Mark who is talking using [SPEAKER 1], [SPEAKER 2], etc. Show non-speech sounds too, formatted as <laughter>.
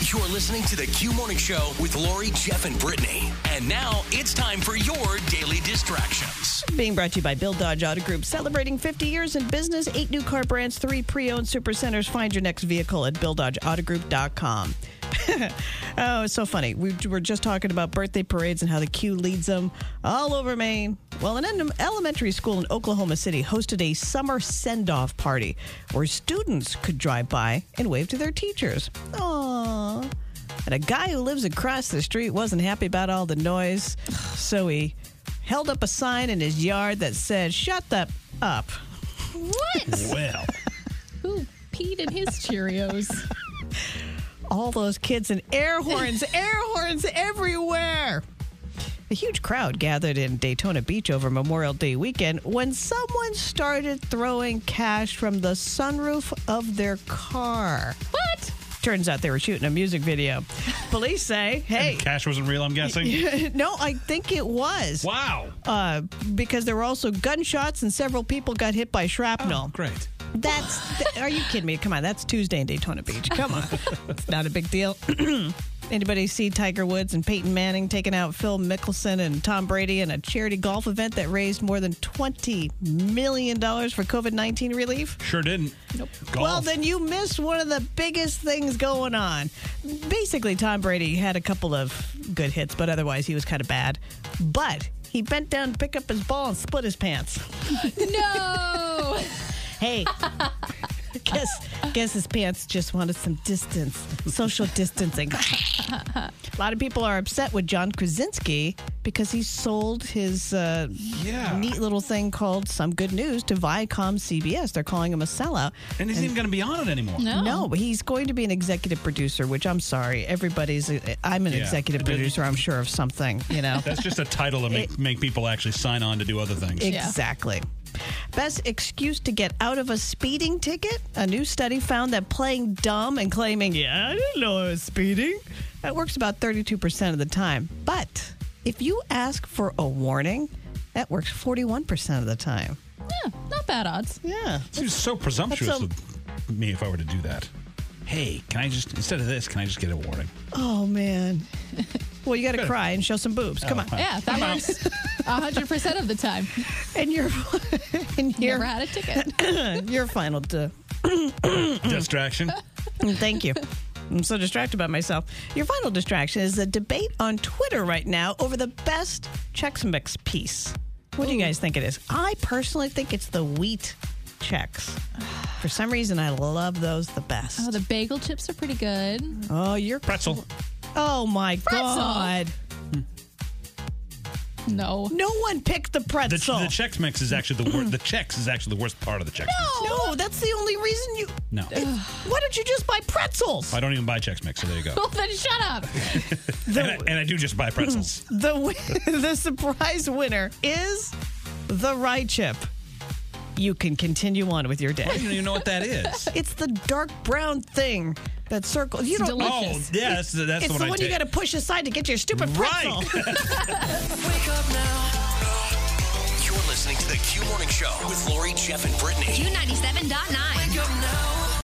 [SPEAKER 1] You're listening to the Q Morning Show with Lori, Jeff, and Brittany. And now it's time for your daily distractions.
[SPEAKER 2] Being brought to you by Bill Dodge Auto Group, celebrating 50 years in business, eight new car brands, three pre owned supercenters. Find your next vehicle at BillDodgeAutoGroup.com. <laughs> oh, it's so funny. We were just talking about birthday parades and how the queue leads them all over Maine. Well, an en- elementary school in Oklahoma City hosted a summer send off party where students could drive by and wave to their teachers. Aww. And a guy who lives across the street wasn't happy about all the noise, so he held up a sign in his yard that said, Shut the up.
[SPEAKER 3] What?
[SPEAKER 4] Well,
[SPEAKER 3] Who peed in his Cheerios?
[SPEAKER 2] <laughs> all those kids and air horns,
[SPEAKER 3] <laughs>
[SPEAKER 2] air horns everywhere. A huge crowd gathered in Daytona Beach over Memorial Day weekend when someone started throwing cash from the sunroof of their car.
[SPEAKER 3] what?
[SPEAKER 2] Turns out they were shooting a music video.
[SPEAKER 3] <laughs>
[SPEAKER 2] Police say, hey,
[SPEAKER 4] cash wasn't real,
[SPEAKER 2] <laughs>
[SPEAKER 4] I'm guessing.
[SPEAKER 2] no, I think it was.
[SPEAKER 4] Wow.
[SPEAKER 2] Uh, because there were also gunshots and several people got hit by shrapnel.
[SPEAKER 4] Great.
[SPEAKER 2] That's. th- are you kidding me? Come on, that's Tuesday in Daytona Beach. Come on, it's not a big deal. <clears throat> Anybody see Tiger Woods and Peyton Manning taking out Phil Mickelson and Tom Brady in a charity golf event that raised more than twenty million dollars for COVID nineteen relief?
[SPEAKER 4] Sure didn't. Nope. Golf.
[SPEAKER 2] Well, then you missed one of the biggest things going on. Basically, Tom Brady had a couple of good hits, but otherwise he was kind of bad. But he bent down to pick up his ball and split his pants.
[SPEAKER 3] <laughs> No.
[SPEAKER 4] <laughs>
[SPEAKER 2] Hey, guess guess his pants just wanted some distance, social distancing. A lot of people are upset with John Krasinski because he sold his uh,
[SPEAKER 4] Yeah.
[SPEAKER 2] neat little thing called Some Good News to Viacom CBS. They're calling him a sellout.
[SPEAKER 4] and he's not even going to be on it anymore.
[SPEAKER 3] No.
[SPEAKER 2] No, but he's going to be an executive producer, which I'm sorry, everybody's. uh, I'm an
[SPEAKER 4] Yeah.
[SPEAKER 2] executive producer. I'm sure of something, you know.
[SPEAKER 4] That's just a title to make, make people actually sign on to do other things.
[SPEAKER 3] Yeah.
[SPEAKER 2] Exactly. Best excuse to get out of a speeding ticket? A new study found that playing dumb and claiming, yeah, I didn't know I was speeding, that works about 32% of the time. But if you ask for a warning, that works 41% of the time.
[SPEAKER 3] Yeah, not bad odds.
[SPEAKER 2] Yeah.
[SPEAKER 4] It's so presumptuous
[SPEAKER 2] That's a-
[SPEAKER 4] of me if I were to do that. Hey, can I just, instead of this, can I just get
[SPEAKER 2] <laughs>
[SPEAKER 4] a warning?
[SPEAKER 2] Oh, man. Well, you got to cry and show some boobs. Come on.
[SPEAKER 3] Yeah, that works. <laughs> hundred percent of the time.
[SPEAKER 2] And your, <laughs> and
[SPEAKER 3] Never
[SPEAKER 2] your,
[SPEAKER 3] had a
[SPEAKER 2] <laughs>
[SPEAKER 3] ticket. <clears throat>
[SPEAKER 2] your final. d-
[SPEAKER 4] Distraction?
[SPEAKER 2] Thank you. I'm so distracted by myself. Your final distraction is the debate on Twitter right now over the best Chex Mix piece. What do you guys think it is? I personally think it's the wheat checks. For some reason, I love those the best.
[SPEAKER 3] Oh,
[SPEAKER 2] Oh,
[SPEAKER 3] the bagel chips are pretty good.
[SPEAKER 2] you're.
[SPEAKER 4] Pretzel.
[SPEAKER 2] Oh my
[SPEAKER 3] Pretzel.
[SPEAKER 2] God.
[SPEAKER 3] No. <laughs>
[SPEAKER 2] No one picked the
[SPEAKER 4] The,
[SPEAKER 2] pretzel.
[SPEAKER 4] the Chex Mix is actually the worst. The Chex is actually the worst part of the Chex
[SPEAKER 2] no, that's the only reason you.
[SPEAKER 4] Mix. No.
[SPEAKER 2] Why don't you just buy pretzels?
[SPEAKER 4] I don't even buy Chex Mix, so there you go.
[SPEAKER 2] <laughs>
[SPEAKER 3] Well, then shut up.
[SPEAKER 4] and, I, and I do just
[SPEAKER 2] <laughs>
[SPEAKER 4] buy pretzels.
[SPEAKER 2] The, wi- the surprise winner is the rye chip. You can continue on with your day.
[SPEAKER 4] you don't even know what that is.
[SPEAKER 2] It's the dark brown thing that circles. You
[SPEAKER 3] It's
[SPEAKER 2] don't.
[SPEAKER 3] delicious.
[SPEAKER 4] Oh, yeah, that's, the- that's
[SPEAKER 2] it's
[SPEAKER 4] the one
[SPEAKER 2] the
[SPEAKER 4] I
[SPEAKER 2] one you
[SPEAKER 4] take.
[SPEAKER 2] got to push aside to get your stupid pretzel.
[SPEAKER 4] Right.
[SPEAKER 1] Wake up now. You're listening to the Q Morning Show with Lori, Jeff, and Brittany.
[SPEAKER 5] Q97.9.